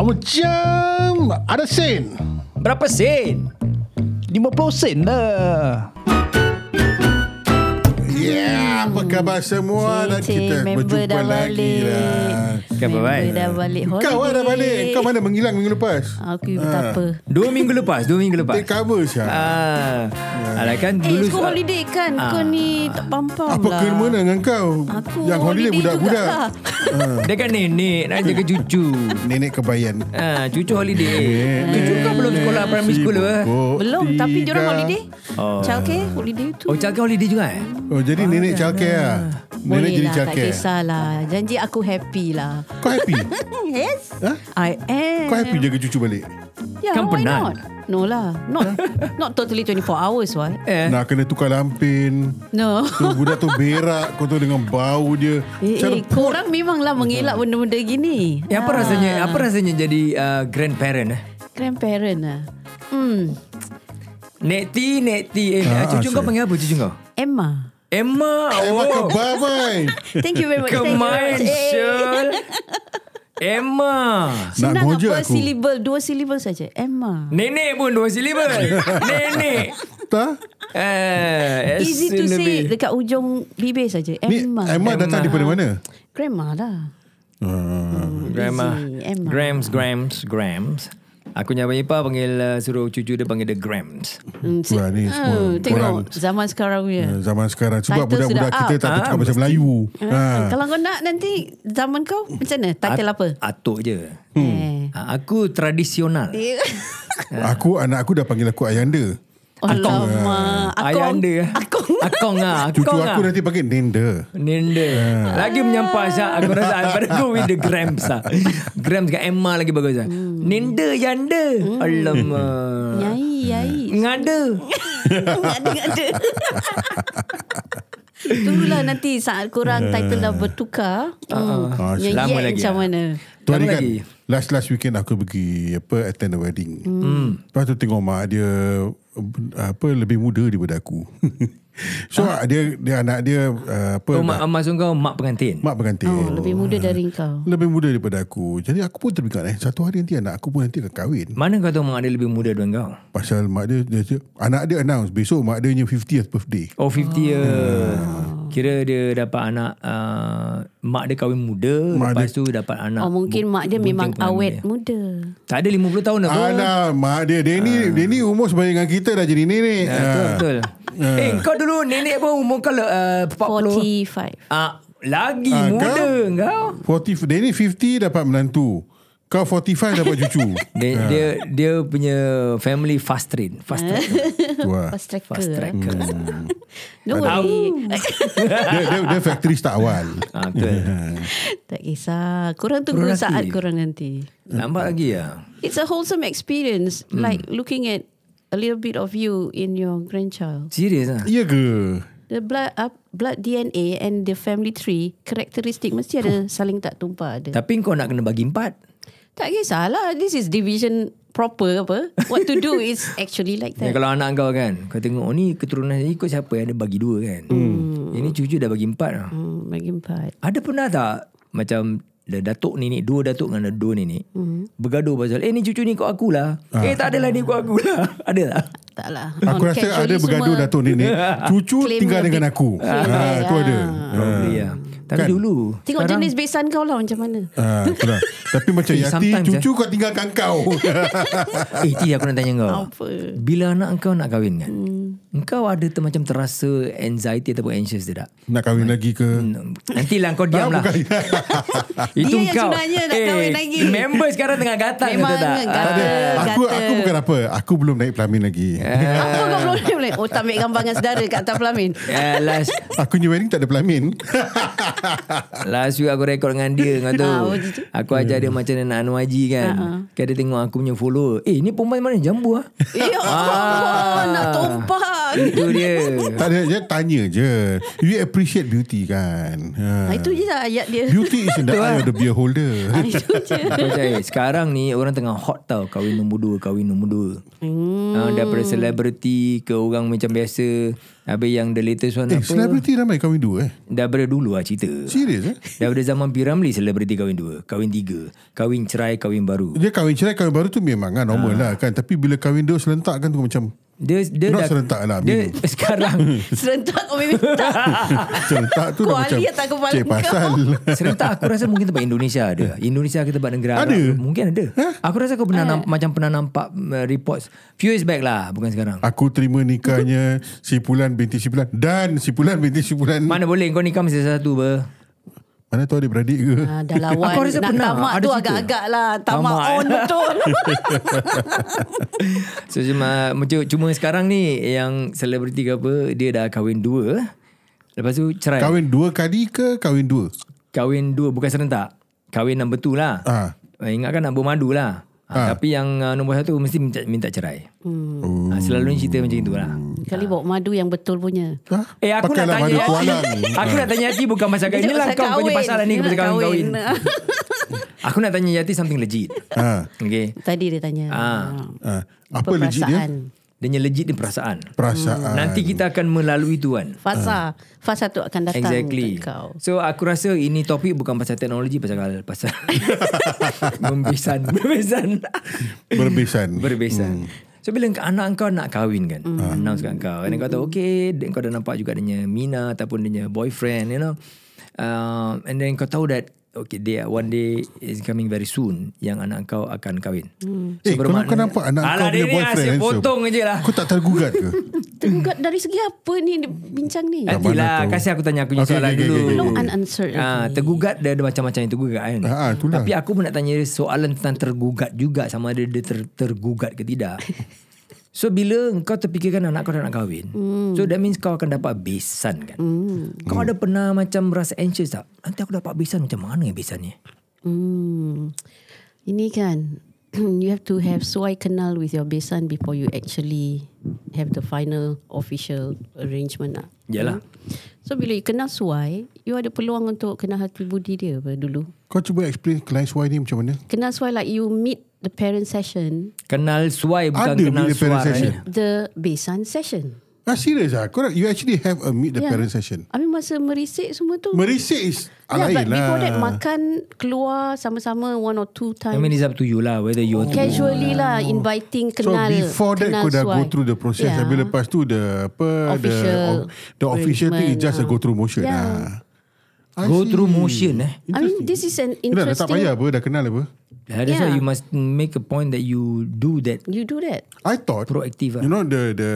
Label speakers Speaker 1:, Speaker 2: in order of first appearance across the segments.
Speaker 1: Macam ada sen.
Speaker 2: Berapa sen? 50 sen lah.
Speaker 1: Yeah, apa khabar semua dan
Speaker 3: Cik,
Speaker 1: kita
Speaker 3: member
Speaker 1: berjumpa
Speaker 3: dah
Speaker 1: lagi
Speaker 3: balik.
Speaker 1: lah.
Speaker 2: Khabar
Speaker 3: Member
Speaker 2: baik.
Speaker 3: dah balik holiday.
Speaker 1: Kau lah dah balik. Kau mana Ah. menghilang minggu lepas?
Speaker 3: Aku tak apa.
Speaker 2: Dua minggu lepas, dua minggu lepas.
Speaker 1: Take cover Syah.
Speaker 2: Ah, alah kan
Speaker 3: Eh,
Speaker 2: dulu
Speaker 3: kau holiday kan? Kau ni tak pampang
Speaker 1: Apa
Speaker 3: lah.
Speaker 1: kena dengan kau?
Speaker 3: Aku
Speaker 1: Yang holiday budak-budak.
Speaker 2: dia kan nenek nak jaga cucu.
Speaker 1: Nenek kebayan.
Speaker 2: Ah, cucu holiday. cucu kau belum sekolah primary school eh? apa?
Speaker 1: Oh,
Speaker 3: lah. Belum, tapi
Speaker 1: tiga.
Speaker 3: diorang holiday. Oh. Childcare, holiday tu.
Speaker 2: Oh, cakap holiday juga eh?
Speaker 1: Oh, jadi nenek childcare lah. Nenek
Speaker 3: Ah, Boleh
Speaker 1: jadi
Speaker 3: lah, tak
Speaker 1: childcare.
Speaker 3: kisahlah. Janji aku happy lah.
Speaker 1: Kau happy?
Speaker 3: yes,
Speaker 1: Ha?
Speaker 3: I am.
Speaker 1: Kau happy jaga cucu balik?
Speaker 3: Yeah,
Speaker 2: Kan
Speaker 3: why
Speaker 2: penat.
Speaker 3: not? No lah. Not, not totally 24 hours, what?
Speaker 2: Eh,
Speaker 1: Nak kena tukar lampin.
Speaker 3: No.
Speaker 1: Tu budak tu berak Kau tu dengan bau dia
Speaker 3: Eh,
Speaker 1: Cara
Speaker 3: eh, korang memanglah mengelak
Speaker 1: Hmm.
Speaker 3: benda-benda gini. Ah,
Speaker 2: eh, apa rasanya? Apa rasanya jadi ah, grandparent eh?
Speaker 3: Grandparent lah. Hmm,
Speaker 2: Nek T, Nek T. Eh,
Speaker 1: Ah,
Speaker 2: cucu
Speaker 1: asyik.
Speaker 2: kau panggil apa cucu kau?
Speaker 3: Emma.
Speaker 2: Emma.
Speaker 1: Emma
Speaker 2: oh.
Speaker 1: kebabai
Speaker 3: Thank you very much. Thank you very
Speaker 2: Kemain
Speaker 3: much. Eh,
Speaker 2: Syul Emma
Speaker 1: Nak
Speaker 3: Senang
Speaker 1: goja
Speaker 3: apa
Speaker 1: aku.
Speaker 3: silibel Dua silibel saja Emma
Speaker 2: Nenek pun dua silibel Nenek
Speaker 1: Tak
Speaker 2: Eh,
Speaker 3: Easy
Speaker 2: asin
Speaker 3: to say
Speaker 2: lebih.
Speaker 3: Dekat ujung bibir saja
Speaker 1: Ni
Speaker 3: Emma
Speaker 1: Emma, datang daripada mana
Speaker 3: Grandma lah
Speaker 1: uh,
Speaker 2: Grandma
Speaker 3: Easy, Emma.
Speaker 2: Grams Grams Grams Aku punya Abang Ipa panggil uh, Suruh cucu dia panggil dia Grams
Speaker 3: Hmm, si-
Speaker 1: Wah ni semua
Speaker 3: Hmm,
Speaker 1: orang
Speaker 3: Tengok zaman sekarang
Speaker 1: eh,
Speaker 3: ya
Speaker 1: Zaman sekarang Sebab
Speaker 3: Title
Speaker 1: budak-budak
Speaker 3: sudah
Speaker 1: kita Tak
Speaker 3: up.
Speaker 1: tahu
Speaker 2: Ah,
Speaker 1: cakap bahasa Melayu
Speaker 3: Ah,
Speaker 1: ha.
Speaker 3: Kalau kau nak nanti Zaman kau macam mana Title apa
Speaker 2: Atuk je
Speaker 3: Eh.
Speaker 1: Hmm.
Speaker 2: Ah, Aku tradisional
Speaker 1: Aku anak aku dah panggil aku Ayanda
Speaker 3: Alamak Akong
Speaker 2: Ayanda
Speaker 3: Akong
Speaker 2: eh. Akong ah,
Speaker 1: Cucu
Speaker 2: Akong
Speaker 1: aku Ah.
Speaker 2: ah.
Speaker 1: nanti panggil Nenda
Speaker 2: Nenda Lagi menyampah Syah Aku rasa I better go with the Grams lah Grams dengan Emma lagi bagus lah
Speaker 3: Hmm.
Speaker 2: Nenda Yanda Alamak
Speaker 3: Nyai Yai
Speaker 2: Ngada
Speaker 3: Ngada-ngada Tunggulah nanti Saat korang Title dah bertukar hmm,
Speaker 1: Ah,
Speaker 3: Yang
Speaker 2: lama
Speaker 3: yet
Speaker 2: lagi
Speaker 3: macam
Speaker 2: ah.
Speaker 3: mana
Speaker 1: Tu hari
Speaker 2: Lama
Speaker 1: kan
Speaker 2: lagi.
Speaker 1: Last last weekend aku pergi apa attend the wedding. Hmm. Lepas tu tengok mak dia apa lebih muda daripada aku. so ah. dia dia anak dia uh, apa
Speaker 2: oh,
Speaker 1: mak,
Speaker 2: mak, Maksud kau Mak pengantin
Speaker 1: mak pengantin.
Speaker 3: Oh, Lebih muda dari kau
Speaker 1: Lebih muda daripada aku. Jadi aku pun teringat eh satu hari nanti anak aku pun nanti akan kahwin.
Speaker 2: Mana kau tahu Mak dia lebih muda daripada kau
Speaker 1: Pasal mak dia, dia, dia anak dia announce besok mak dia punya 50th birthday.
Speaker 2: Oh 50 year
Speaker 1: Ah.
Speaker 2: Kira dia dapat anak uh, Mak dia kahwin muda
Speaker 1: Mak
Speaker 2: Lepas tu dapat anak
Speaker 3: Oh mungkin mak dia memang
Speaker 2: pengantin
Speaker 3: awet muda.
Speaker 2: Tak ada 50 tahun
Speaker 1: Ah.
Speaker 2: apa
Speaker 1: Alah mak dia dia ni dia ni umur sebaya dengan kita dah jadi nenek.
Speaker 2: Ah, Betul betul
Speaker 1: Ah.
Speaker 2: Eh kau dulu nenek pun umur kau uh, 40
Speaker 3: 45.
Speaker 2: Ah, Lagi
Speaker 1: Ah,
Speaker 2: muda
Speaker 1: kau-
Speaker 2: kau
Speaker 1: 40 dia ni 50 dapat menantu. Kau 45 dapat cucu.
Speaker 2: Dia, dia dia punya family fast train, fast train,
Speaker 1: Wah.
Speaker 3: Fast tracker.
Speaker 2: fast
Speaker 3: track.
Speaker 2: tracker.
Speaker 3: No worry.
Speaker 1: dia, dia, dia factory start awal.
Speaker 2: Ah, betul.
Speaker 3: tak kisah. Korang tunggu
Speaker 2: Berlatih.
Speaker 3: saat korang nanti.
Speaker 2: Nampak lagi ya.
Speaker 3: It's a wholesome experience. Like looking at a little bit of you in your grandchild.
Speaker 2: Serius ah.
Speaker 1: Iya ke?
Speaker 3: The blood up, blood DNA and the family tree karakteristik mesti ada saling tak tumpah ada.
Speaker 2: Tapi kau nak kena bagi empat.
Speaker 3: Tak kisahlah. This is division proper apa. What to do is actually like
Speaker 2: Ya,
Speaker 3: that.
Speaker 2: kalau anak kau kan, kau tengok oh, ni keturunan ni kau siapa yang ada bagi dua kan. Hmm. Ini cucu dah bagi empat lah.
Speaker 3: Hmm, bagi empat.
Speaker 2: Ada pernah tak macam dah datuk nenek, dua datuk dengan dua nenek hmm. bergaduh pasal eh ni cucu ni kau akulah. Ah. Eh tak adalah ni kau akulah. ada
Speaker 1: Ah.
Speaker 2: tak?
Speaker 3: Taklah.
Speaker 2: Ah,
Speaker 1: Aku rasa ada
Speaker 3: Casually
Speaker 1: bergaduh
Speaker 3: semua-
Speaker 1: datuk nenek. Cucu
Speaker 3: Claim
Speaker 1: tinggal
Speaker 3: lebih-
Speaker 1: dengan aku.
Speaker 3: Claim
Speaker 1: Ha,
Speaker 3: lebih,
Speaker 1: tu
Speaker 3: ah.
Speaker 1: ada.
Speaker 2: Probably ya. Tapi
Speaker 1: Kan?
Speaker 2: dulu
Speaker 3: Tengok Sekarang, jenis besan kau lah macam mana.
Speaker 1: Ha, itulah. Tapi macam
Speaker 2: Eh,
Speaker 1: Yati,
Speaker 2: sometimes,
Speaker 1: cucu kau tinggalkan kau.
Speaker 2: Eh Ti aku nak tanya kau
Speaker 3: Apa?
Speaker 2: Bila anak kau nak kahwin kan hmm. Kau ada ter, macam terasa Anxiety ataupun anxious dia tak
Speaker 1: Nak kahwin lagi ke?
Speaker 2: Nantilah kau diam Hmm, lah
Speaker 1: bukan.
Speaker 2: Itu
Speaker 3: Dia yang
Speaker 2: kau Eh,
Speaker 3: sebenarnya nak kahwin lagi.
Speaker 2: Member sekarang tengah gatal
Speaker 3: Memang
Speaker 2: kata tak
Speaker 3: gatal.
Speaker 1: Tak ada.
Speaker 3: Ah,
Speaker 1: Aku
Speaker 3: kata.
Speaker 1: aku bukan apa. Aku belum naik pelamin lagi.
Speaker 3: Apa kau belum ni boleh? Oh tak ambil gambar dengan saudara kat atas pelamin.
Speaker 2: Eh, last
Speaker 1: Aku punya wedding tak ada pelamin.
Speaker 2: Last week aku rekod dengan dia Kau tahu
Speaker 3: Ah, macam tu. Ha,
Speaker 2: Aku ajar dia macam mana nak anu haji kan uh-huh. Kan dia tengok aku punya follower Eh ni perempuan mana jambu ah
Speaker 3: Ya Allah, nak tumpah.
Speaker 2: Itu dia.
Speaker 3: Ya.
Speaker 1: Tak ada, dia tanya je. You appreciate beauty kan? Ha.
Speaker 3: Ha, itu je lah ayat dia.
Speaker 1: Beauty is in the eye of the beer holder.
Speaker 3: Ha, itu je.
Speaker 2: Kau cakap "Eh, sekarang ni orang tengah hot tau kahwin nombor dua, kahwin nombor dua. Hmm. Ha, daripada selebriti ke orang macam biasa. Habis yang the latest one
Speaker 1: Eh,
Speaker 2: eh, apa?
Speaker 1: celebrity ramai kahwin dua eh.
Speaker 2: Daripada dulu lah cerita.
Speaker 1: Serius eh?
Speaker 2: Daripada zaman Piramli selebriti kahwin dua, kahwin tiga, kahwin cerai, kahwin baru.
Speaker 1: Dia kahwin cerai, kahwin baru tu memang kan
Speaker 3: Ah.
Speaker 1: normal lah kan. Tapi bila kahwin dua selentak kan tu macam
Speaker 2: Dia dia
Speaker 1: Not
Speaker 2: dah
Speaker 1: serentak lah,
Speaker 2: Dia sekarang
Speaker 3: Serentak kau minta.
Speaker 1: selentak tu dah
Speaker 3: Kuali
Speaker 1: macam
Speaker 3: atas kepala
Speaker 1: cik
Speaker 3: kau."
Speaker 1: pasal.
Speaker 2: serentak aku rasa mungkin tempat Indonesia ada. Indonesia ke tempat
Speaker 1: Hmm.
Speaker 2: negara
Speaker 1: Ada? Ha?
Speaker 2: Arab, mungkin ada. Aku rasa aku pernah namp- macam pernah nampak uh, reports few years back lah, bukan sekarang.
Speaker 1: Aku terima nikahnya si Pulan binti si Pulan dan si Pulan binti si Pulan. Mana,
Speaker 2: Mana boleh kau nikah mesti satu ber.
Speaker 1: Mana tu adik beradik ke?
Speaker 3: Ha, dah lawan.
Speaker 2: Aku rasa
Speaker 3: Nak
Speaker 2: pernah.
Speaker 3: tamak
Speaker 2: Ada
Speaker 3: tu
Speaker 2: cerita.
Speaker 3: agak-agak lah. Tamak,
Speaker 2: Tamak, eh.
Speaker 3: on betul.
Speaker 2: So cuma macam- cuma sekarang ni yang selebriti ke apa dia dah kahwin dua. Lepas tu
Speaker 3: Ah.
Speaker 2: cerai.
Speaker 1: Kahwin
Speaker 2: Kahwin,
Speaker 1: dua kali ke kahwin dua?
Speaker 2: kahwin dua bukan serentak. Kahwin number two lah.
Speaker 1: Ah.
Speaker 2: Uh, ingatkan nak bermadu lah. Ha. Tapi yang uh, nombor satu mesti minta, minta cerai.
Speaker 1: Oh.
Speaker 2: Hmm. Ha, selalunya cerita macam itulah.
Speaker 3: Kali bawa madu yang betul punya.
Speaker 1: Ha?
Speaker 2: Eh aku nak
Speaker 1: Pakailah
Speaker 2: tanya
Speaker 1: madu tualang. Hmm.
Speaker 2: Aku nak tanya Yati bukan pasal kahwin
Speaker 3: Dia
Speaker 2: Inilah
Speaker 3: pasal
Speaker 2: kau punya
Speaker 3: kahwin.
Speaker 2: pasalan ni
Speaker 3: Dia
Speaker 2: Pasal
Speaker 3: nak
Speaker 2: kahwin-kahwin
Speaker 3: kahwin. Ah.
Speaker 2: Aku nak tanya Yati something legit
Speaker 1: ha.
Speaker 2: Okay
Speaker 3: Tadi dia tanya.
Speaker 2: Ah.
Speaker 1: ha. Apa legit dia?
Speaker 2: Dia punya legit ni perasaan
Speaker 1: Perasaan.
Speaker 2: Hmm, Nanti kita akan melalui tuan
Speaker 1: Ah.
Speaker 3: Fasa. Fasa tu ah, akan datang
Speaker 2: Exactly
Speaker 3: untuk kau.
Speaker 2: So aku rasa ini topik bukan pasal teknologi Pasal pasal Membesan Membesan
Speaker 1: Berbesan. Hmm.
Speaker 2: Berbesan So bila anak kau nak kahwin kan mm. Announce kat kau And kau tahu
Speaker 1: Hmm.
Speaker 2: okay then Kau dah nampak juga Dia punya Mina Ataupun dia punya boyfriend You know uh, And then kau tahu that Okay they are one day Is coming very soon Yang anak kau akan kahwin mm.
Speaker 1: Eh, kalau kau nampak anak kau punya boyfriend
Speaker 2: Alah dia ni asyik
Speaker 1: handsome.
Speaker 2: potong je lah
Speaker 1: Kau tak tergugat ke?
Speaker 3: Tergugat dari segi apa ni dia bincang ni?
Speaker 1: Dah
Speaker 2: Nanti
Speaker 1: mana
Speaker 2: lah
Speaker 1: tahu.
Speaker 2: Kasih aku tanya aku punya
Speaker 1: Okay,
Speaker 2: soalan
Speaker 1: okay, okay,
Speaker 2: dulu
Speaker 1: okay, okay.
Speaker 3: No unanswered
Speaker 2: Ah, tergugat dia ada macam-macam yang tergugat kan.
Speaker 1: Ah, ah, itulah.
Speaker 2: Tapi aku pun nak tanya dia soalan tentang tergugat juga sama ada dia ter, tergugat ke tidak. So bila kau terfikirkan anak kau dah nak kahwin
Speaker 1: Hmm.
Speaker 2: mm. So that means kau akan dapat besan kan mm. Kau ada pernah macam rasa anxious tak Nanti aku dapat besan macam mana ya besan ni
Speaker 3: Hmm. Ini kan you have to have suai kenal with your besan before you actually have the final official arrangement lah.
Speaker 2: Yalah.
Speaker 3: So bila you kenal suai, you ada peluang untuk kenal hati budi dia apa dulu.
Speaker 1: Kau cuba explain klien suai ni macam mana?
Speaker 3: Kenal suai like you meet the parent session,
Speaker 2: Kenal suai bukan
Speaker 1: Ada
Speaker 2: kenal
Speaker 1: bila parent
Speaker 2: suara
Speaker 1: session.
Speaker 3: the besan session.
Speaker 1: Ah, serious ah. Kau nak- you actually have a meet the
Speaker 3: Yeah.
Speaker 1: parent session.
Speaker 3: I mean masa merisik semua tu.
Speaker 1: Merisik is
Speaker 3: yeah,
Speaker 1: lain
Speaker 3: Ya, but before that
Speaker 1: lah.
Speaker 3: makan keluar sama-sama one or two
Speaker 2: I
Speaker 3: times.
Speaker 2: mean it's up to you lah Whether you want to
Speaker 3: Casually lah inviting
Speaker 1: Oh. So
Speaker 3: kenal.
Speaker 1: before that
Speaker 3: kenal
Speaker 1: kau dah go
Speaker 3: suai. Ya.
Speaker 1: through the process yeah. Habis lepas tu the apa
Speaker 3: Official
Speaker 1: the, the official thing is
Speaker 3: arrangement,
Speaker 1: just a
Speaker 3: ah.
Speaker 1: go through motion
Speaker 3: Yeah.
Speaker 1: yeah. ah.
Speaker 2: Go through motion eh
Speaker 3: I mean this is
Speaker 1: Yelah, dah
Speaker 3: an
Speaker 1: tak
Speaker 3: interesting
Speaker 1: payah apa dah kenal apa
Speaker 2: yeah, That's why
Speaker 3: Yeah.
Speaker 2: you must make a point that you do that
Speaker 3: You do that.
Speaker 1: I thought
Speaker 2: Proaktif lah.
Speaker 1: You know the the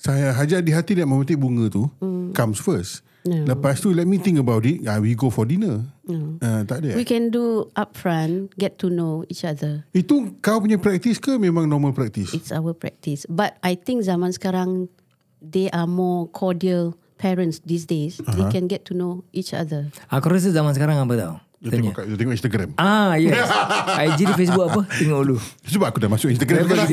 Speaker 1: saya hajat di hati nak memetik bunga tu mm. comes first.
Speaker 3: Hmm. No.
Speaker 1: Lepas tu let me think about it. Uh, we go for dinner. No. Uh, tak ada.
Speaker 3: We
Speaker 1: eh?
Speaker 3: can do upfront, get to know each other.
Speaker 1: Itu kau punya practice ke memang normal practice?
Speaker 3: It's our practice. But I think zaman sekarang they are more cordial parents these days. They
Speaker 1: Uh-huh.
Speaker 3: can get to know each other.
Speaker 2: Aku rasa zaman sekarang apa tau
Speaker 1: Dia tengok kat- dia tengok Instagram.
Speaker 2: Ah yes IG di Facebook apa Tengok dulu
Speaker 1: Sebab aku dah masuk Instagram. Dah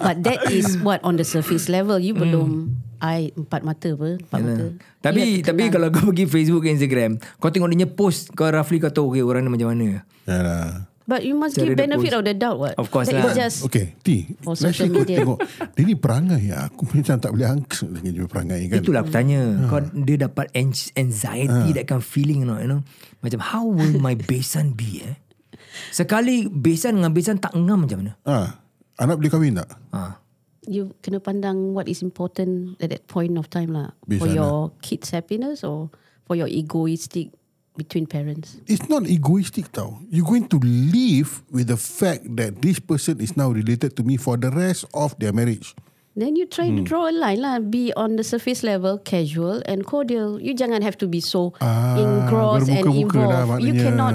Speaker 3: But that is what on the surface level you belum I empat mata apa empat mata.
Speaker 2: Hmm. Tapi tapi kalau kau pergi Facebook dan Instagram Kau tengok dia punya post Kau roughly kau tahu okay, orang ni macam mana
Speaker 1: Yalah.
Speaker 3: But you must
Speaker 2: Cara
Speaker 3: give
Speaker 2: dia
Speaker 3: benefit
Speaker 2: post.
Speaker 3: of the doubt what.
Speaker 2: Of course
Speaker 3: That is
Speaker 2: lah.
Speaker 3: just
Speaker 1: Okay, T.
Speaker 3: For
Speaker 1: Let's
Speaker 3: Oh, social
Speaker 1: go
Speaker 3: media.
Speaker 1: tengok. Dia ni perangai ya. Aku macam tak boleh angkat dengan dia perangai kan. Hmm.
Speaker 2: Itulah aku tanya Kau dia dapat anx- anxiety That kind of feeling you know, you know Macam how will my besan be eh Sekali besan dengan besan tak ngam macam mana
Speaker 1: Ah, anak boleh kahwin tak?
Speaker 2: ha.
Speaker 3: you kena pandang what is important at that point of time lah for
Speaker 1: Bisa
Speaker 3: your kids happiness or for your egoistic between parents.
Speaker 1: It's not egoistic tau. You're going to live with the fact that this person is now related to me for the rest of their marriage.
Speaker 3: Then you try to
Speaker 2: Hmm.
Speaker 3: draw a line lah. Be on the surface level, casual and cordial. You jangan have to be so
Speaker 2: Ah,
Speaker 3: engrossed and
Speaker 1: Ah, bermuka-muka
Speaker 3: involved.
Speaker 1: dah
Speaker 3: you
Speaker 1: maknanya.
Speaker 3: cannot.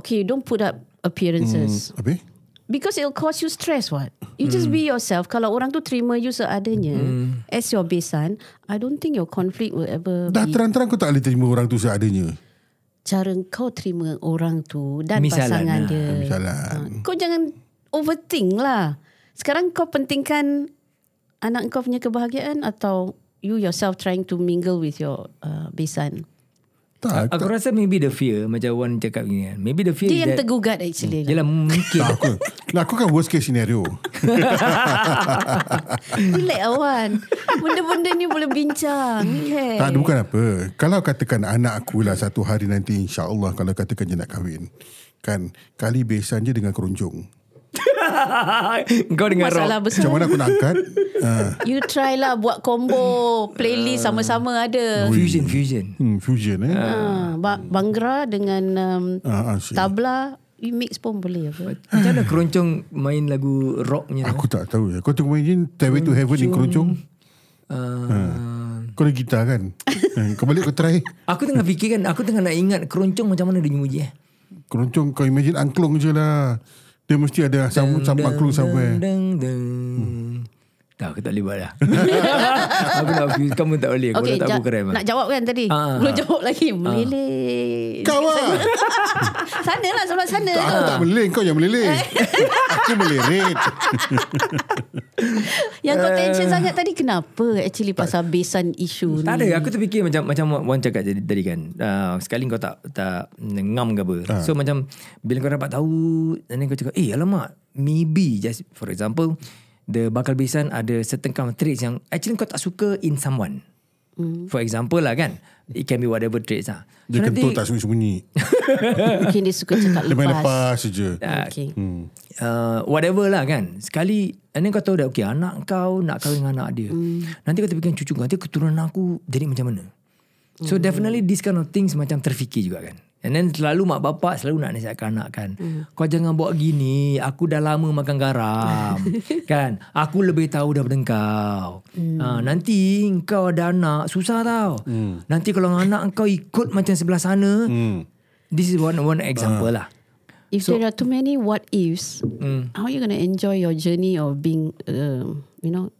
Speaker 3: Okay, you don't put up
Speaker 2: Hmm.
Speaker 3: appearances
Speaker 1: Habis?
Speaker 3: because it'll cause you stress. What? You just be yourself. Kalau orang tu terima you seadanya as your besan, I don't think your conflict will ever
Speaker 1: Dah
Speaker 3: be
Speaker 1: terang-terang kau tak boleh terima orang tu seadanya.
Speaker 3: cara kau terima orang tu dan
Speaker 2: Misalan
Speaker 3: pasangan
Speaker 2: lah.
Speaker 3: dia. Ha.
Speaker 1: Misalan.
Speaker 3: Kau jangan overthink lah. Sekarang kau pentingkan anak kau punya kebahagiaan atau you yourself trying to mingle with your uh, besan?
Speaker 1: Tak,
Speaker 2: Aku rasa maybe the fear Macam Wan cakap ni kan Maybe the fear is
Speaker 3: Dia yang
Speaker 2: that Hmm, ya.
Speaker 3: tergugat actually. lah.
Speaker 2: Yelah mungkin
Speaker 1: tak aku. Lah aku kan worst case scenario.
Speaker 3: Relax awan. Benda-benda ni boleh bincang. Okay.
Speaker 1: tak ada bukan apa. Kalau katakan anak aku lah satu hari nanti insya-Allah kalau katakan dia nak kahwin. Kan kali besan je dengan keronjong.
Speaker 2: Kau dengan
Speaker 3: Masalah
Speaker 2: Rob
Speaker 1: Macam
Speaker 3: besar.
Speaker 1: mana aku nak angkat? Ah,
Speaker 3: You try lah buat combo playlist sama-sama ada.
Speaker 2: Fusion Fusion
Speaker 1: hmm, fusion eh.
Speaker 3: Ha, ba- Bangra dengan um,
Speaker 1: Ah, ah, si.
Speaker 3: tabla you mix pun boleh apa?
Speaker 2: Macam mana keroncong Main lagu rocknya
Speaker 1: Aku tak tahu. ya. Kau tengok imagine Stairway to Heaven ni keroncong. Ah.
Speaker 2: uh,
Speaker 1: Kau ada gitar kan? Eh, kau balik kau try.
Speaker 2: Aku tengah fikir kan Aku tengah nak ingat Keroncong macam mana dia nyanyi eh
Speaker 1: Keroncong kau imagine angklung je lah. Dia mesti ada some, some angklung somewhere.
Speaker 2: Deng, deng. Tak, aku tak boleh buat lah. aku nak fuse, kamu tak boleh. Kau okay, dah
Speaker 3: Okay,
Speaker 2: tak
Speaker 3: ja-
Speaker 2: aku keren.
Speaker 3: nak jawab kan tadi?
Speaker 2: Ah.
Speaker 3: Belum jawab lagi. Meleleh.
Speaker 1: Kau lah.
Speaker 3: sana lah sebelah sana.
Speaker 1: Aku tak meleleh. Kau yang meleleh. aku meleret.
Speaker 3: Yang kau tension
Speaker 1: Eh.
Speaker 3: sangat tadi kenapa actually pasal besan isu
Speaker 2: tak lah.
Speaker 3: ni?
Speaker 2: ada, aku terfikir macam macam Wan cakap tadi, tadi kan. Uh, sekali kau tak tak ngam ke apa.
Speaker 1: Ah.
Speaker 2: So macam bila kau dapat tahu, and then kau cakap, eh alamak, maybe just for example, the bakal besan ada certain kind of traits yang actually kau tak suka in someone. For example lah kan, it can be whatever traits lah.
Speaker 1: Dia
Speaker 2: So,
Speaker 1: kentut
Speaker 2: nanti-
Speaker 1: tak sembunyi-sembunyi.
Speaker 3: Mungkin dia suka cakap
Speaker 1: Dia main
Speaker 3: lepas.
Speaker 1: lepas je.
Speaker 3: Okay.
Speaker 2: uh, whatever lah kan. Sekali, and then kau tahu dah, okay, anak kau nak kahwin dengan anak dia. Nanti kau terfikir cucu kau, nanti keturunan aku jadi macam mana? So definitely this kind of things macam terfikir juga kan. And then selalu mak bapak selalu nak nasihatkan anak kan. Kau jangan buat gini. Aku dah lama makan garam. kan. Aku lebih tahu daripada kau. Ha, nanti kau ada anak. Susah tau. Nanti kalau anak kau ikut macam sebelah sana. This is one one example lah.
Speaker 3: If there are too many what ifs,
Speaker 1: Mm.
Speaker 3: how are you going to enjoy your journey of being, um, you know,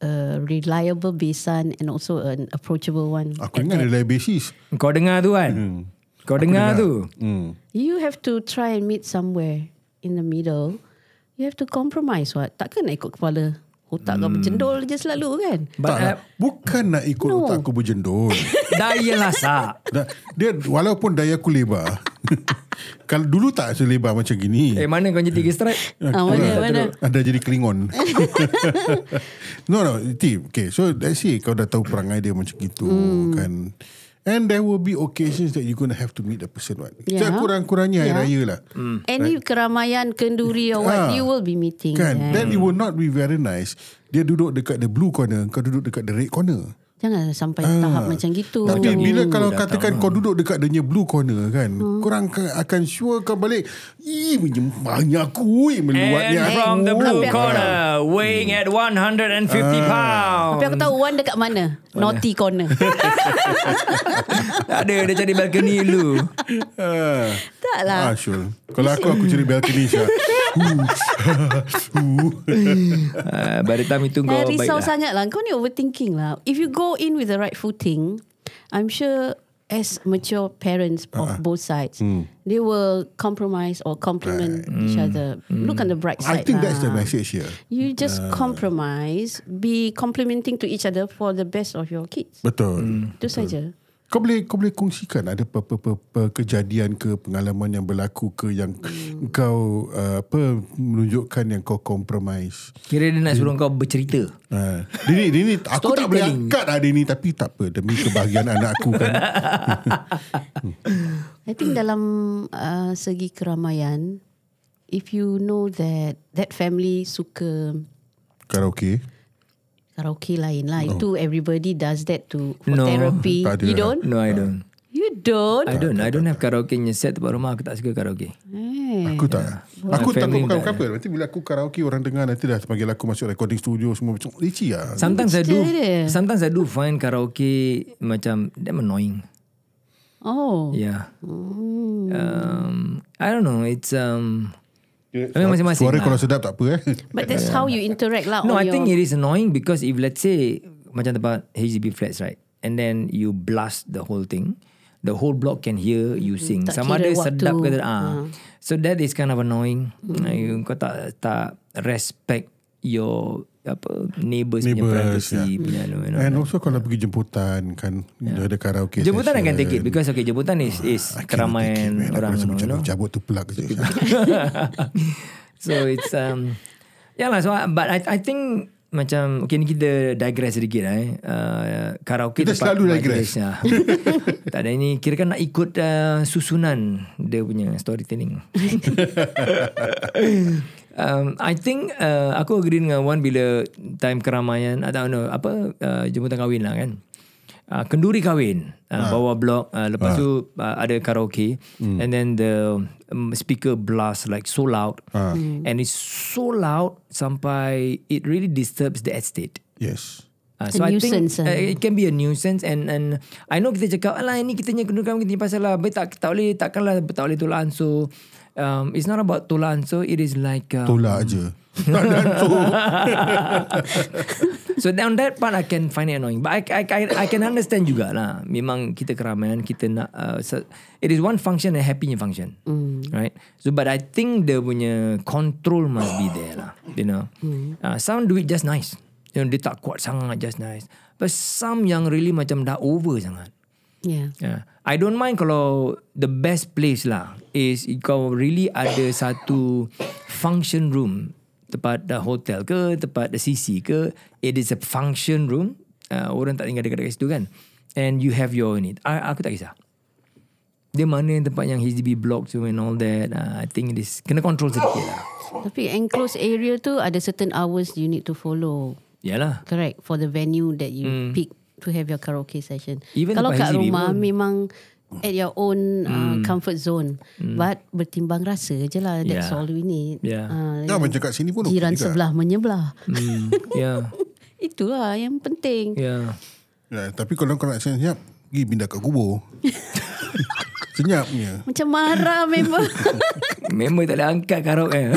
Speaker 3: a reliable besan and also an approachable one?
Speaker 1: Aku ingat dia lain basis.
Speaker 2: Kau dengar tu kan? Kau dengar, tu.
Speaker 1: Hmm.
Speaker 3: You have to try and meet somewhere in the middle. You have to compromise what? Takkan nak ikut kepala otak kau
Speaker 1: Hmm.
Speaker 3: bercendol je selalu kan?
Speaker 1: Tak lah.
Speaker 2: But uh,
Speaker 1: Bukan nak ikut
Speaker 3: No.
Speaker 1: otak aku berjendol.
Speaker 2: daya lah sak.
Speaker 1: Dah- dia walaupun daya aku lebar. Kalau dulu tak selebar macam gini.
Speaker 2: Eh mana kau jadi tiga strike?
Speaker 1: Ya,
Speaker 3: Ah, mana,
Speaker 1: Itulah.
Speaker 3: mana?
Speaker 1: Ada jadi klingon No no T, Okay so let's say Kau dah tahu perangai dia macam gitu
Speaker 3: Hmm.
Speaker 1: Kan And there will be occasions That you're gonna have to meet the person what.
Speaker 3: Yeah.
Speaker 1: Yeah. kurang-kurangnya
Speaker 3: Yeah. Mm-hmm.
Speaker 1: yeah. Hari Raya lah
Speaker 3: Any keramaian, kenduri or
Speaker 1: Ah.
Speaker 3: what, you will be meeting. eh?
Speaker 1: Kan
Speaker 3: yeah.
Speaker 1: Then it will not be very nice Dia duduk dekat the blue corner Kau duduk dekat the red corner
Speaker 3: Jangan sampai tahap macam gitu.
Speaker 1: Ah. Tapi bila kalau katakan
Speaker 3: lah.
Speaker 1: kau duduk dekat dia punya blue corner kan
Speaker 3: Hmm.
Speaker 1: Korang ke- akan sure kau balik Ih banyak aku Kan? eh, Meluatnya
Speaker 2: And from the blue
Speaker 3: Tapi aku-
Speaker 2: corner, weighing at 150 pounds.
Speaker 3: Tapi aku tahu Wan dekat mana? Naughty corner.
Speaker 2: Tak ada, dia cari balcony dulu.
Speaker 1: Ah.
Speaker 3: tak
Speaker 1: Ah,
Speaker 3: lah.
Speaker 1: sure. Kalau aku, aku curi ah. balcony Syah.
Speaker 2: Uh, by the time itu kau
Speaker 3: Saya risau
Speaker 2: baiklah.
Speaker 3: sangat lah. Kau ni overthinking lah. If you go in with the right footing, I'm sure as mature parents
Speaker 1: Ah.
Speaker 3: of both sides,
Speaker 1: Hmm.
Speaker 3: they will compromise or compliment each other. Look on the bright
Speaker 1: I
Speaker 3: side.
Speaker 1: think
Speaker 3: lah.
Speaker 1: that's the Uh. message here.
Speaker 3: You just compromise, be complimenting to each other for the best of your kids.
Speaker 1: Betul.
Speaker 3: Itu saja.
Speaker 1: Kau boleh kau boleh kongsikan ada apa apa, apa, apa kejadian ke pengalaman yang berlaku ke yang
Speaker 2: Hmm.
Speaker 1: kau uh, apa menunjukkan yang kau compromise.
Speaker 2: Kira dia nak suruh kau bercerita.
Speaker 1: Uh, Dini, Dini, aku tak boleh
Speaker 2: Storytelling.
Speaker 1: angkat lah Dini tapi tak apa demi kebahagiaan anak aku kan.
Speaker 3: I think dalam uh, segi keramaian, if you know that that family suka
Speaker 1: Karaoke.
Speaker 3: karaoke lain lah. Itu everybody does that to for
Speaker 2: No.
Speaker 3: therapy.
Speaker 1: Tak ada
Speaker 3: You
Speaker 1: lah.
Speaker 3: don't?
Speaker 2: No, I don't.
Speaker 3: You don't?
Speaker 2: I don't. I don't have karaoke nya set tempat rumah. Aku tak suka karaoke.
Speaker 3: Eh.
Speaker 1: Aku tak. Aku
Speaker 2: My
Speaker 1: takut
Speaker 2: Ya. family
Speaker 1: bukan
Speaker 2: tak.
Speaker 1: apa. Nanti bila aku karaoke orang dengar nanti dah panggil aku masuk recording studio semua macam licik lah.
Speaker 2: Sometimes I do.
Speaker 3: Cerita dia.
Speaker 2: Sometimes I do find karaoke macam damn annoying.
Speaker 3: Oh.
Speaker 2: Yeah. Um, I don't know. It's um. I mean, masing-masing
Speaker 1: Suara
Speaker 2: lah.
Speaker 1: kalau sedap tak apa eh.
Speaker 3: But that's how you interact lah.
Speaker 2: No,
Speaker 3: on
Speaker 2: I
Speaker 3: your,
Speaker 2: think it is annoying because if let's say macam tempat HDB flats right, and then you blast the whole thing, the whole block can hear you sing.
Speaker 3: Hmm, tak
Speaker 2: Sama ada
Speaker 3: kira
Speaker 2: sedap ke tak.
Speaker 3: waktu. Hmm.
Speaker 2: ah. So that is kind of annoying. You, kau tak tak respect your apa neighbours, punya
Speaker 1: Neighbours,
Speaker 2: privacy
Speaker 1: yeah.
Speaker 2: punya anu, you know.
Speaker 1: And also kalau pergi jemputan kan
Speaker 3: Ya.
Speaker 1: yeah. ada karaoke
Speaker 2: Jemputan
Speaker 1: session.
Speaker 2: akan take it because okay jemputan is is
Speaker 1: I cannot take it,
Speaker 3: kan
Speaker 2: keramaian
Speaker 1: man. Aku
Speaker 2: orang
Speaker 1: rasa
Speaker 2: you
Speaker 1: macam
Speaker 2: know.
Speaker 1: nak cabut tu plug je.
Speaker 2: so it's um yeah lah so I- but I I think macam okay ni kita digress sedikit lah, eh uh, karaoke
Speaker 1: Kita
Speaker 2: tempat
Speaker 1: selalu
Speaker 2: tempat
Speaker 1: digress.
Speaker 2: jenis, ah. tak ada ni kira kan nak ikut uh, susunan dia punya storytelling um, I think uh, aku agree dengan Wan bila time keramaian atau no, apa uh, jemputan kahwin lah kan. Uh, kenduri kahwin uh, bawah blok uh, lepas tu uh, ada karaoke and then the um, speaker blast like so loud
Speaker 3: Hmm.
Speaker 2: and it's so loud sampai it really disturbs the estate.
Speaker 1: yes.
Speaker 2: Uh,
Speaker 3: A nuisance, eh?
Speaker 2: I think uh, it can be a nuisance and and I know kita cakap alah ini kita punya kedudukan kita punya pasal lah baik tak tak boleh takkanlah tak boleh tolak ansur. Um, it's not about tolak ansur it is like um,
Speaker 3: Hmm.
Speaker 1: Tolak je. Tak ada tu.
Speaker 2: so down that part I can find it annoying but I I I, I can understand juga lah memang kita keramaian kita nak uh, se- it is one function and happy punya function right so but I think the punya control must be there lah you know uh, some do it just nice you know dia tak kuat sangat just nice but some yang really macam dah over sangat
Speaker 3: Yeah.
Speaker 2: Yeah. Ya. I don't mind kalau the best place lah is kau really ada satu function room tempat the hotel ke tempat the CC ke it is a function room uh, orang tak tinggal dekat-dekat situ kan and you have your ni I, aku tak kisah dia mana yang tempat yang HDB block tu and all that uh, I think it is kena control sedikit lah
Speaker 3: Tapi enclosed area tu ada certain hours you need to follow.
Speaker 2: yalah
Speaker 3: Correct. For the venue that you pick to have your karaoke session.
Speaker 2: Hmm. Even
Speaker 3: Kalau
Speaker 2: tempat
Speaker 3: kat
Speaker 2: HDB
Speaker 3: rumah
Speaker 2: pun.
Speaker 3: memang at your own uh,
Speaker 2: Hmm.
Speaker 3: comfort zone. But bertimbang rasa je lah. That's
Speaker 2: Yeah.
Speaker 3: all we need.
Speaker 2: Yeah.
Speaker 3: Uh,
Speaker 1: Dah macam kat sini pun okey
Speaker 3: jiran
Speaker 1: juga.
Speaker 3: sebelah menyebelah.
Speaker 2: hmm, yeah
Speaker 3: Itulah yang penting.
Speaker 2: yeah
Speaker 1: Ya, tapi kalau kau nak senyap, pergi pindah kat kubur. Senyapnya.
Speaker 3: Macam marah memang.
Speaker 2: member tak ada angkat karok eh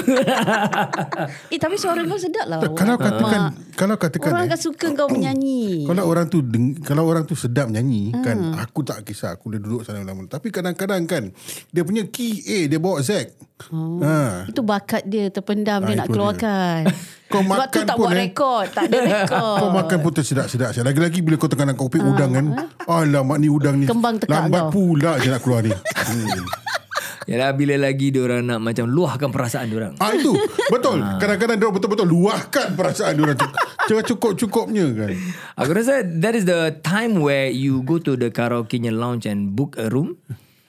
Speaker 3: eh tapi suara kau sedap lah. Wak.
Speaker 1: Kalau katakan
Speaker 3: Mak,
Speaker 1: kalau katakan
Speaker 3: Orang
Speaker 1: eh,
Speaker 3: akan suka kau menyanyi.
Speaker 1: Kalau orang tu deng- kalau orang tu sedap
Speaker 3: Hmm.
Speaker 1: nyanyi kan aku tak kisah aku dia duduk sana lama tapi kadang-kadang kan dia punya key A dia bawa Z.
Speaker 3: Oh.
Speaker 1: Ha.
Speaker 3: Itu bakat dia terpendam dia
Speaker 1: Ah,
Speaker 3: nak
Speaker 1: itu dia.
Speaker 3: keluarkan.
Speaker 1: Kau
Speaker 3: Sebab tu
Speaker 1: makan
Speaker 3: tak
Speaker 1: pun,
Speaker 3: buat
Speaker 1: eh.
Speaker 3: rekod, tak ada rekod.
Speaker 1: Kau makan pun tersedak-sedak saya. Lagi-lagi bila kau tekanan kopi udang kan. Alamak ni udang ni.
Speaker 3: Ah. Kembang tekak
Speaker 1: Lambat
Speaker 3: kau.
Speaker 1: pula je nak keluar ni. Hmm.
Speaker 2: Yalah bila lagi diorang nak macam luahkan perasaan diorang
Speaker 1: Ah itu betul. Kadang-kadang dia orang betul-betul luahkan perasaan dia orang tu. Cuma cukup-cukupnya kan.
Speaker 2: Aku rasa that is the time where you go to the karaoke nya lounge and book a room.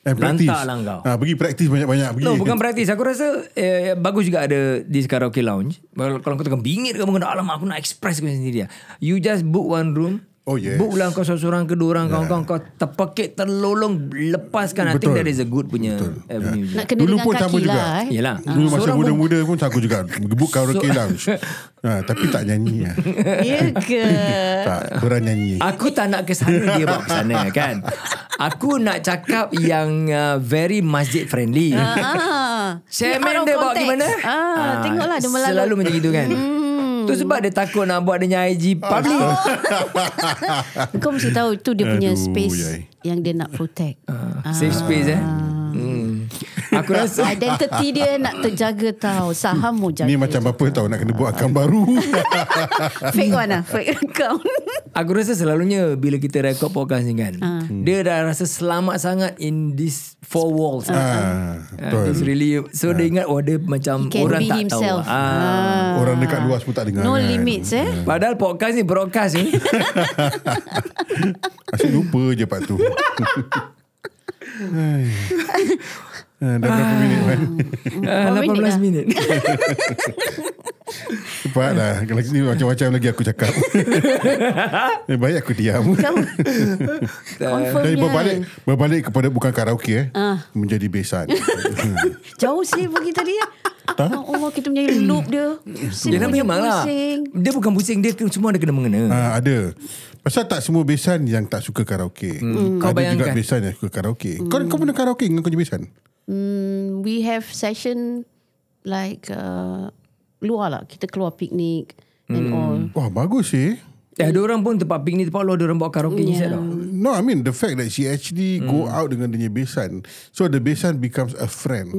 Speaker 1: And practice.
Speaker 2: Lantak lah kau.
Speaker 1: Ah pergi praktis banyak-banyak pergi.
Speaker 2: No, bukan praktis. Aku rasa eh, bagus juga ada di karaoke lounge. Kalau, kalau kau tengah bingit kamu kena alamak aku nak express kau sendiri. lah." You just book one room.
Speaker 1: Oh, yes.
Speaker 2: Book lah kau seorang-seorang ke dua orang yeah. kawan-kawan kau terpekik terlolong lepaskan. I think
Speaker 1: Betul.
Speaker 2: that is a good punya avenue. Yeah.
Speaker 3: Nak kena
Speaker 1: Dulu
Speaker 3: dengan
Speaker 1: pun
Speaker 3: kaki
Speaker 1: sama juga.
Speaker 3: lah. Eh.
Speaker 2: Yelah.
Speaker 1: Dulu masa
Speaker 2: Seorang
Speaker 1: muda-muda pun aku juga gebuk karaoke lounge. Ha, tapi tak nyanyi lah.
Speaker 3: Ya ke? Eh.
Speaker 1: tak, korang nyanyi.
Speaker 2: Aku tak nak ke sana dia bawa ke sana kan. Aku nak cakap yang uh, very masjid friendly.
Speaker 3: Ah, Ni out
Speaker 2: Chairman
Speaker 3: of
Speaker 2: dia bawa
Speaker 3: context.
Speaker 2: gimana?
Speaker 3: Ah, tengoklah dia Hmm. melalui.
Speaker 2: Selalu macam gitu kan. Tu sebab dia takut nak buat dia punya IG public.
Speaker 3: Ah. Kau mesti tahu itu dia punya
Speaker 1: Aduh,
Speaker 3: space
Speaker 1: yai.
Speaker 3: yang dia nak protect.
Speaker 2: Ah.
Speaker 3: Uh,
Speaker 2: Safe space eh.
Speaker 3: Ah.
Speaker 2: Hmm. Aku rasa
Speaker 3: Identity dia nak terjaga tau. Saham mu jaga.
Speaker 1: Ni macam apa tau nak kena buat account baru.
Speaker 3: fake one lah. Fake account.
Speaker 2: aku rasa selalunya bila kita record podcast ni kan,
Speaker 3: Ah.
Speaker 2: dia dah rasa selamat sangat in this four walls.
Speaker 1: ha,
Speaker 2: Uh.
Speaker 1: betul.
Speaker 2: really so dia ingat oh dia macam
Speaker 3: Ah. He can
Speaker 2: orang
Speaker 3: be
Speaker 2: tak
Speaker 3: himself.
Speaker 2: tahu. Ah.
Speaker 1: Orang dekat luar pun tak dengar.
Speaker 3: No
Speaker 1: kan.
Speaker 3: limits eh.
Speaker 2: Padahal podcast ni broadcast ni.
Speaker 1: Asyik lupa je Pak Tu. Hai. Ha, dah berapa minit kan?
Speaker 2: Ah,
Speaker 3: Oh, minit
Speaker 2: 18
Speaker 3: lah.
Speaker 2: minit.
Speaker 1: Cepat lah. Kalau sini macam-macam lagi aku cakap. Eh, Baik aku diam.
Speaker 3: Kau
Speaker 1: Jadi
Speaker 3: confirmnya.
Speaker 1: berbalik berbalik kepada bukan karaoke eh.
Speaker 3: Ah.
Speaker 1: Menjadi besan. Hmm.
Speaker 3: Jauh sih pergi tadi. Ya Allah kita punya loop dia. Pusing
Speaker 2: Dia nama
Speaker 3: punya
Speaker 2: memang lah.
Speaker 3: pusing. Ah.
Speaker 2: Dia bukan pusing dia ke- semua ada kena mengena.
Speaker 1: ha, ada. Pasal tak semua besan yang tak suka karaoke.
Speaker 2: Hmm, Kau
Speaker 1: Ada juga
Speaker 2: bayangkan.
Speaker 1: besan yang suka karaoke. Kau, kau pernah karaoke dengan kau punya besan?
Speaker 3: Hmm, we have session like uh, luar lah. Kita keluar piknik and
Speaker 2: Hmm.
Speaker 3: all.
Speaker 1: Wah bagus sih.
Speaker 2: Eh, ada orang pun tempat piknik tempat luar dia orang buat karaoke
Speaker 3: Ya.
Speaker 2: ni yeah. tau.
Speaker 1: No, I mean the fact that she actually go
Speaker 2: Hmm.
Speaker 1: out dengan dia punya besan. So the besan becomes a friend.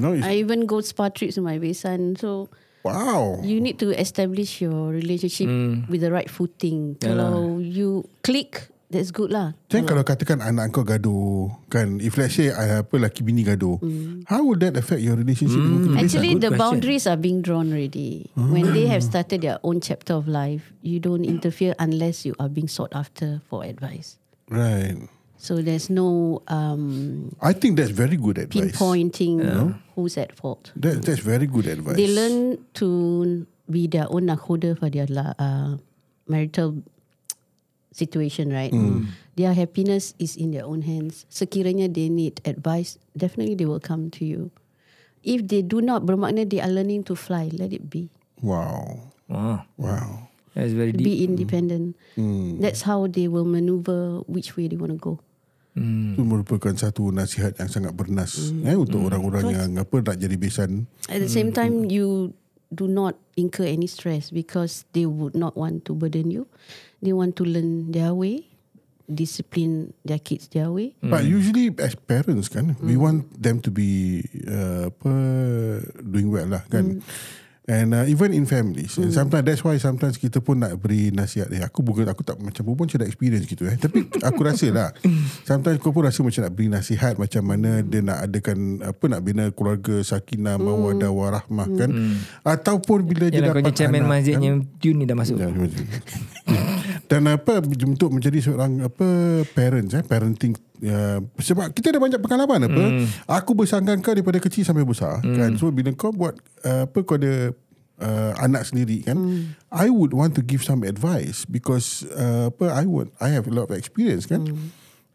Speaker 1: Oh, You know, it's,
Speaker 3: I even go spa trips with my besan. So
Speaker 1: Wow.
Speaker 3: You need to establish your relationship
Speaker 2: Hmm.
Speaker 3: with the right footing. Kalau you click, that's good lah.
Speaker 1: Then kalau katakan anak kau gaduh kan if let's say ah, apa laki bini gaduh
Speaker 3: Hmm.
Speaker 1: how would that affect your relationship mm.
Speaker 3: Actually,
Speaker 2: Good
Speaker 3: the
Speaker 2: question.
Speaker 3: boundaries are being drawn already. When they have started their own chapter of life, you don't interfere unless you are being sought after for advice.
Speaker 1: right
Speaker 3: So there's no um,
Speaker 1: I think that's very good advice
Speaker 3: pinpointing who's at fault.
Speaker 1: that, that's very good advice
Speaker 3: They learn to be their own nakhoda for their la- uh, marital situation, right? Their happiness is in their own hands. Sekiranya they need advice, definitely they will come to you. If they do not, bermakna they are learning to fly. Let it be.
Speaker 1: wow
Speaker 2: Wow.
Speaker 1: wow
Speaker 2: That's very deep.
Speaker 3: Be independent. That's how they will maneuver which way they want to go.
Speaker 1: itu merupakan satu nasihat yang sangat bernas
Speaker 3: Hmm.
Speaker 1: eh, untuk orang-orang yang apa nak jadi besan
Speaker 3: At the same time, you do not incur any stress because they would not want to burden you. They want to learn their way, discipline their kids their way.
Speaker 1: But
Speaker 2: Hmm.
Speaker 1: usually as parents kan, we want them to be uh, apa doing well lah
Speaker 2: Hmm.
Speaker 1: kan. And uh, even in families And sometimes that's why Sometimes kita pun nak beri nasihat eh, Aku bukan Aku tak macam pun Macam dah experience gitu eh. Tapi aku rasa lah Sometimes kau pun rasa Macam nak beri nasihat Macam mana Dia nak adakan Apa nak bina keluarga Sakinah Mawadah Warahmah kan Ataupun bila dia
Speaker 2: Hmm. Yalah kau
Speaker 1: dapat
Speaker 2: punya chairman
Speaker 1: anak
Speaker 2: masjidnya tune ni dah masuk.
Speaker 1: Ya, terima kasih. Dan apa untuk menjadi seorang apa parents eh parenting uh, sebab kita ada banyak pengalaman apa aku bersangkan kau daripada kecil sampai besar kan so bila kau buat uh, apa kau ada uh, anak sendiri kan I would want to give some advice because uh, apa I would I have a lot of experience kan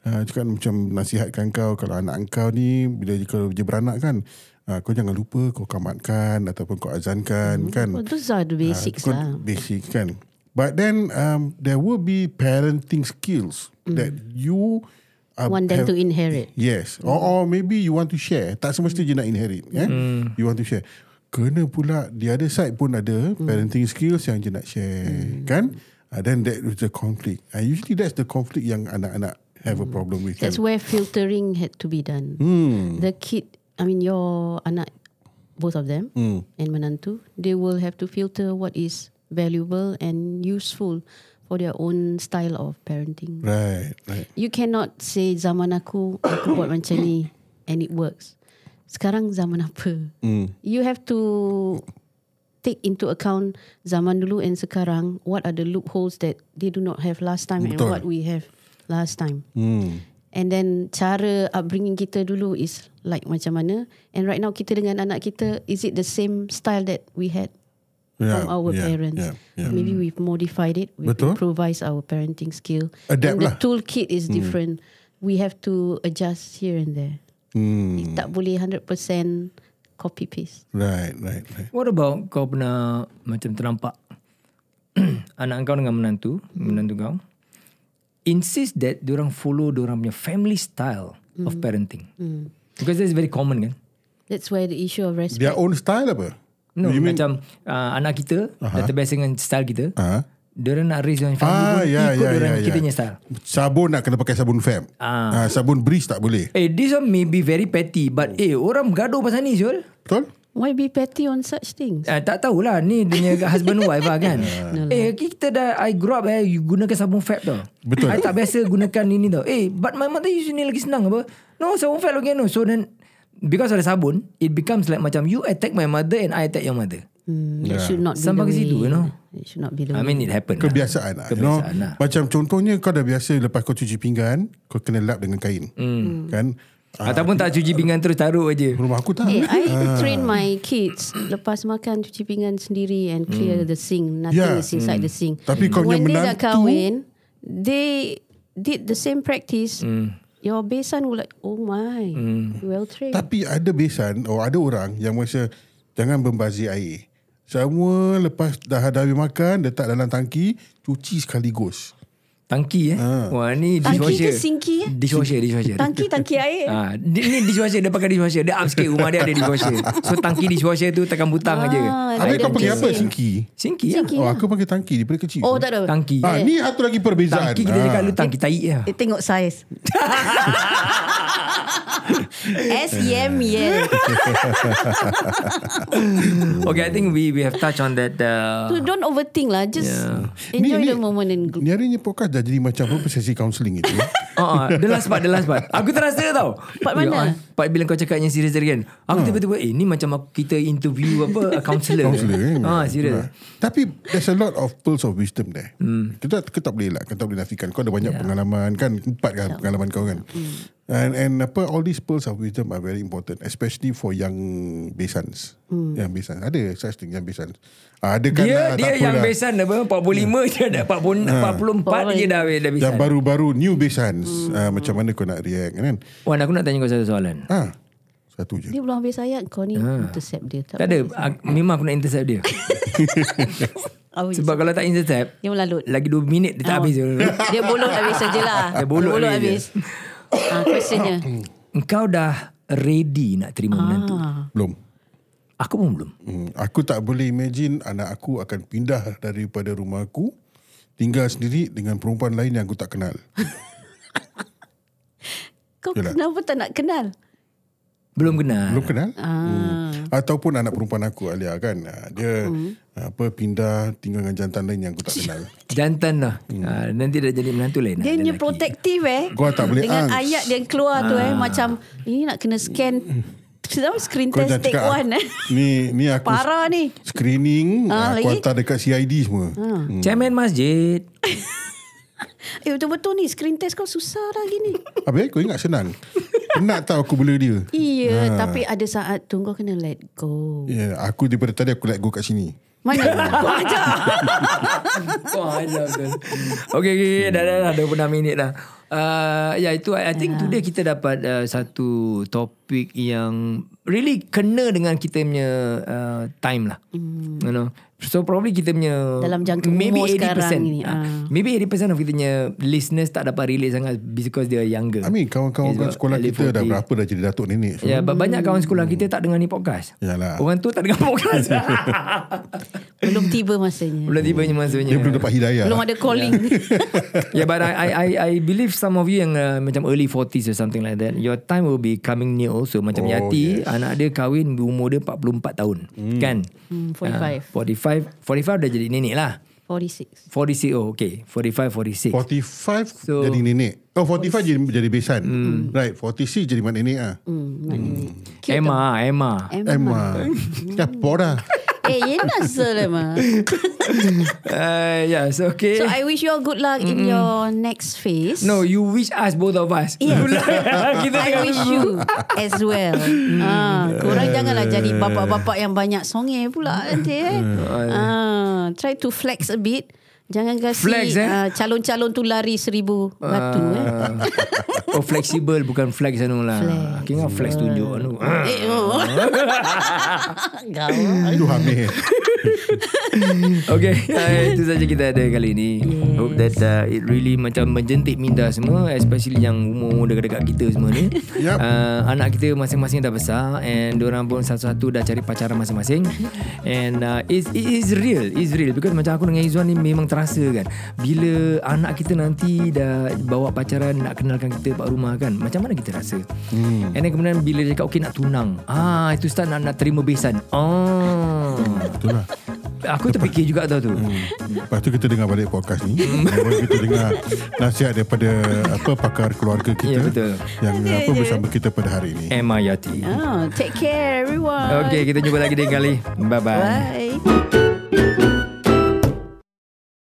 Speaker 1: Uh, cakap macam nasihatkan kau kalau anak kau ni bila kalau dia beranak kan uh, kau jangan lupa kau kamatkan ataupun kau azankan kan
Speaker 3: Well, those are the basics
Speaker 1: Ah,
Speaker 3: lah.
Speaker 1: kau- Basic kan. But then um, there will be parenting skills that you uh,
Speaker 3: Mm. Want them
Speaker 1: have-
Speaker 3: to Mm. inherit.
Speaker 1: Yes. Or, or maybe you want to share. Tak semestinya je nak inherit. Eh? You want to share. Kena pula the other side pun
Speaker 3: Mm.
Speaker 1: ada parenting skills yang je nak share. Kan? Uh, then that is the conflict. Uh, usually that's the conflict yang anak-anak have a problem with.
Speaker 3: Mm. That's
Speaker 1: Kan?
Speaker 3: where filtering had to be done. The kid, I mean your anak, both of them, and menantu, they will have to filter what is valuable and useful for their own style of parenting.
Speaker 1: Right, right.
Speaker 3: You cannot say zaman aku aku buat macam ni and it works. Sekarang zaman apa? You have to take into account zaman dulu and sekarang what are the loopholes that they do not have last time and
Speaker 1: Betul.
Speaker 3: what we have last time.
Speaker 1: Hmm.
Speaker 3: And then cara upbringing kita dulu is like macam mana and right now kita dengan anak kita is it the same style that we had
Speaker 1: Yeah,
Speaker 3: from our
Speaker 1: yeah,
Speaker 3: parents.
Speaker 1: Yeah, yeah. Mm.
Speaker 3: Maybe we've modified it. We've
Speaker 1: Betul.
Speaker 3: improvised our parenting skill.
Speaker 1: Adapt
Speaker 3: and the
Speaker 1: lah.
Speaker 3: toolkit is different. We have to adjust here and there.
Speaker 1: Hmm.
Speaker 3: Tak boleh 100% copy paste.
Speaker 1: Right, right, right.
Speaker 2: What about kau pernah macam ternampak anak kau dengan menantu, menantu kau insist that diorang follow diorang punya family style
Speaker 1: Hmm.
Speaker 2: of parenting. Because that's very common kan.
Speaker 3: That's why the issue of respect.
Speaker 1: Their own style apa?
Speaker 2: No, macam uh, anak kita uh-huh. dah terbiasa dengan style kita. Uh-huh.
Speaker 1: Ah,
Speaker 2: Diorang nak raise diorang family
Speaker 1: Ah,
Speaker 2: pun
Speaker 1: ya,
Speaker 2: ikut
Speaker 1: ya,
Speaker 2: diorang
Speaker 1: ya, ya.
Speaker 2: kita punya style.
Speaker 1: Sabun nak kena pakai sabun fam. Ah. sabun breeze tak boleh.
Speaker 2: Eh, this one may be very petty
Speaker 1: Oh.
Speaker 2: but eh, orang gaduh pasal ni Syul.
Speaker 1: Betul?
Speaker 2: Ah.
Speaker 3: Why be petty on such things?
Speaker 2: Uh, tak tahulah ni dia punya husband wife lah kan.
Speaker 3: Ah.
Speaker 2: eh kita dah I grow up eh you gunakan sabun fab tau.
Speaker 1: Betul.
Speaker 2: I tak biasa gunakan ini tau. Eh but my mother use ni lagi senang apa? No sabun fab lagi no. So then because ada sabun it becomes like macam you attack my mother and I attack your mother.
Speaker 3: Hmm, That should not be
Speaker 2: Sampai
Speaker 3: the
Speaker 2: ke
Speaker 3: way.
Speaker 2: situ, you know.
Speaker 3: It should not be the
Speaker 2: I
Speaker 3: way.
Speaker 2: mean it happened. lah.
Speaker 1: Kebiasaan lah. You know,
Speaker 2: Kebiasaan lah.
Speaker 1: Macam contohnya kau dah biasa lepas kau cuci pinggan, kau kena lap dengan kain.
Speaker 2: Hmm.
Speaker 1: Kan? Ah,
Speaker 2: Ataupun tak cuci pinggan terus taruh aje.
Speaker 1: rumah aku tak.
Speaker 3: Eh, I
Speaker 1: Ah.
Speaker 3: train my kids lepas makan cuci pinggan sendiri and clear the sink.
Speaker 1: Hmm.
Speaker 3: Nothing
Speaker 1: Yeah. Hmm.
Speaker 3: is inside the sink.
Speaker 1: Tapi kau punya
Speaker 3: When they dah
Speaker 1: menantu-
Speaker 3: kahwin, they did the same practice.
Speaker 2: Hmm.
Speaker 3: Your besan will like, oh my, well trained.
Speaker 1: Tapi ada besan or ada orang yang rasa jangan membazir air. Semua lepas dah dah habis makan, letak dalam tangki, cuci sekaligus.
Speaker 2: Tangki eh.
Speaker 1: Ah.
Speaker 2: Wah ni
Speaker 3: Tangki
Speaker 2: dishwasher.
Speaker 3: ke sinki eh?
Speaker 2: Dishwasher, dishwasher.
Speaker 3: Tangki, tangki air.
Speaker 2: Ah, dia, ni dishwasher dia pakai dishwasher. Dia up sikit rumah dia ada dishwasher. So tangki dishwasher tu tekan butang aje.
Speaker 3: Ah,
Speaker 1: Habis
Speaker 3: ada
Speaker 1: kau pakai
Speaker 3: mesin.
Speaker 1: apa? Sinki?
Speaker 2: Singki lah.
Speaker 3: Singki
Speaker 1: Oh,
Speaker 3: lah.
Speaker 1: aku pakai tangki daripada kecil.
Speaker 3: Oh, tak ada.
Speaker 2: Tangki.
Speaker 1: Ah, ni satu lagi perbezaan.
Speaker 2: Tangki ya. kita
Speaker 1: Ah.
Speaker 2: cakap lu tangki tahi lah.
Speaker 3: Dia tengok saiz. S E yam yam.
Speaker 2: Okay, I think we we have touched on that.
Speaker 3: So
Speaker 2: Uh,
Speaker 3: don't overthink lah. Just
Speaker 2: Yeah.
Speaker 3: enjoy the moment and go.
Speaker 1: Ni hari ni podcast dah jadi macam apa sesi counselling itu.
Speaker 2: uh, the last part, the last part. Aku terasa tau.
Speaker 3: Part mana?
Speaker 2: Ya, ah, part bila kau cakap yang serius tadi kan. Aku
Speaker 1: Hmm.
Speaker 2: tiba-tiba, eh ni macam aku, kita interview apa, uh, counselor.
Speaker 1: Counselling kan.
Speaker 2: Ah,
Speaker 1: Betul
Speaker 2: serius.
Speaker 1: lah. Tapi there's a lot of pearls of wisdom there.
Speaker 2: Hmm.
Speaker 1: Kita kita tak boleh lah, kita tak boleh nafikan. Kau ada banyak
Speaker 3: Ya.
Speaker 1: pengalaman kan, empat kan pengalaman kau kan.
Speaker 3: Hmm.
Speaker 1: And and apa all these pearls of wisdom are very important especially for young besans.
Speaker 3: Hmm.
Speaker 1: Yang besan. Ada such thing yang besan. Ah, ada kan
Speaker 2: Dia
Speaker 1: lah,
Speaker 2: dia
Speaker 1: tak apalah.
Speaker 2: yang
Speaker 1: Hmm.
Speaker 2: besan apa 45 je dah 40 44 je dah dah
Speaker 1: Yang
Speaker 2: besan.
Speaker 1: baru-baru new besans.
Speaker 3: Hmm.
Speaker 1: Ah, macam mana kau nak react kan?
Speaker 2: Wan aku nak tanya kau satu soalan.
Speaker 1: Ah, satu je.
Speaker 3: Dia belum habis ayat kau ni intercept dia.
Speaker 2: Ah. Tak ada aku, memang aku nak intercept dia.
Speaker 3: Oh,
Speaker 2: Sebab kalau tak intercept
Speaker 3: dia melalut. Ah.
Speaker 2: lagi 2 minit Lah, dia tak habis.
Speaker 3: Oh. Dia bolot habis saja lah.
Speaker 2: Dia bolot habis Hmm.
Speaker 3: habis. Ah, questionnya.
Speaker 2: Engkau dah ready nak terima menantu.
Speaker 3: Ah.
Speaker 1: Belum.
Speaker 2: Aku pun belum.
Speaker 1: Hmm, aku tak boleh imagine anak aku akan pindah daripada rumah aku tinggal sendiri dengan perempuan lain yang aku tak kenal.
Speaker 3: Kau
Speaker 1: Yelah.
Speaker 3: kenapa tak nak kenal?
Speaker 2: Belum kenal.
Speaker 1: Belum
Speaker 3: Ah.
Speaker 1: kenal? Hmm. Ataupun anak perempuan aku Alia kan. ah, Dia
Speaker 3: Hmm.
Speaker 1: apa pindah tinggal dengan jantan lain yang aku tak kenal.
Speaker 2: Jantan lah. Ah, nanti dah jadi menantu lain. ada
Speaker 3: Dia punya
Speaker 2: lelaki. Ah.
Speaker 3: protektif eh.
Speaker 1: Kau tak boleh
Speaker 3: Dengan
Speaker 1: angst.
Speaker 3: ayat dia yang keluar tu eh. Macam ini nak kena scan. Sedang screen
Speaker 1: Kau
Speaker 3: test take
Speaker 1: ah,
Speaker 3: one eh.
Speaker 1: ni ni aku
Speaker 3: Parah ni.
Speaker 1: screening
Speaker 3: Ah,
Speaker 1: aku
Speaker 3: lagi? Ah.
Speaker 1: hantar dekat CID semua.
Speaker 2: Chairman masjid.
Speaker 3: Eh betul-betul ni screen test kau susah dah gini.
Speaker 1: Habis kau ingat senang. Penat tahu aku bela dia.
Speaker 3: Iya,
Speaker 1: Ah.
Speaker 3: tapi ada saat tu kau kena let go.
Speaker 1: Ya, yeah, aku daripada tadi aku let go kat sini.
Speaker 3: Mana kau ajar.
Speaker 2: Wah, I love this.
Speaker 3: Hmm.
Speaker 2: Okay, okay, okay. Dah, dah, dah. 26 minit dah. Uh, ya, yeah, itu I, I think today kita dapat uh, satu topik yang really kena dengan kita punya uh, time lah. Mm. You know? So probably kita punya
Speaker 3: Hmm. Dalam jangka
Speaker 2: maybe
Speaker 3: umur sekarang ni,
Speaker 2: ah,
Speaker 3: ah.
Speaker 2: Maybe 80% of kita punya listeners tak dapat relate sangat because they are younger.
Speaker 3: Ya.
Speaker 1: I mean kawan-kawan
Speaker 2: It's
Speaker 1: kat sekolah
Speaker 2: early
Speaker 1: kita dah
Speaker 2: 40s.
Speaker 1: berapa dah jadi datuk nenek. So,
Speaker 2: Ya, hmm. banyak kawan sekolah kita tak dengar ni podcast.
Speaker 1: Yalah.
Speaker 2: Orang tu tak dengar podcast.
Speaker 3: Belum tiba masanya.
Speaker 2: Belum tibanya masanya.
Speaker 1: Dia belum dapat hidayah.
Speaker 3: Belum ada
Speaker 2: Ya.
Speaker 3: calling.
Speaker 2: yeah, but I, I I I believe some of you yang uh, macam early 40s or something like that, your time will be coming near also. Macam
Speaker 1: Oh,
Speaker 2: oh, Yati, yes. anak dia kahwin umur dia 44 tahun, mm. kan?
Speaker 3: Hmm, 45.
Speaker 2: Uh, 45, 45 dah jadi nenek lah.
Speaker 3: 46.
Speaker 2: 46, oh okay. 45, 46.
Speaker 1: 45 so,
Speaker 2: So- Hmm.
Speaker 1: jadi nenek. Oh 45 jadi jadi besan. Right, 46 jadi mak nenek ah. Eh,
Speaker 3: Hmm, mak nenek. Cute
Speaker 2: Emma, ah, Emma.
Speaker 3: tau. Emma.
Speaker 1: Emma. Ya pora.
Speaker 3: Eh, ye nak sel Emma.
Speaker 2: Uh, yeah, so okay.
Speaker 3: So I wish you all good luck in your next phase.
Speaker 2: no, you wish us both of us.
Speaker 3: Yes.
Speaker 2: Good luck. Kita
Speaker 3: I
Speaker 2: tengok
Speaker 3: wish
Speaker 2: dulu.
Speaker 3: you as well.
Speaker 2: Mm.
Speaker 3: ah, korang janganlah jadi bapak-bapak yang banyak songe
Speaker 2: Mm.
Speaker 3: pula nanti eh. ah, try to flex a bit. Jangan kasi
Speaker 2: Flex, eh?
Speaker 3: ah, calon-calon tu lari seribu batu eh.
Speaker 2: Ah. Oh flexible bukan flex anu lah. Flex. Kira flex tunjuk anu. Ah.
Speaker 3: Eh, oh. Gawat.
Speaker 1: Itu hamil.
Speaker 2: Okay uh, Itu saja kita ada kali ni yes. Hope that uh, It really macam Menjentik minda semua Especially yang Umur-umur dekat-dekat kita semua ni
Speaker 1: Yup.
Speaker 2: uh, Anak kita masing-masing dah besar And orang pun satu-satu Dah cari pacaran masing-masing And uh, it's, It is real It's real Because macam aku dengan Izzuan ni Memang terasa kan Bila anak kita nanti Dah bawa pacaran Nak kenalkan kita Pak rumah kan Macam mana kita rasa hmm. And then kemudian Bila dia cakap Okay nak tunang Ah Itu start nak, nak terima besan Oh
Speaker 1: Betul lah.
Speaker 2: Aku terfikir juga tau tu hmm.
Speaker 1: Lepas tu kita dengar balik podcast ni. Lepas kita dengar nasihat daripada apa pakar keluarga kita.
Speaker 2: Ya, betul.
Speaker 1: Yang apa bersama kita pada hari ini.
Speaker 2: Emma Yati.
Speaker 3: Ah. Oh, take care everyone.
Speaker 2: Okay, kita jumpa lagi di kali. Bye-bye.
Speaker 3: Bye.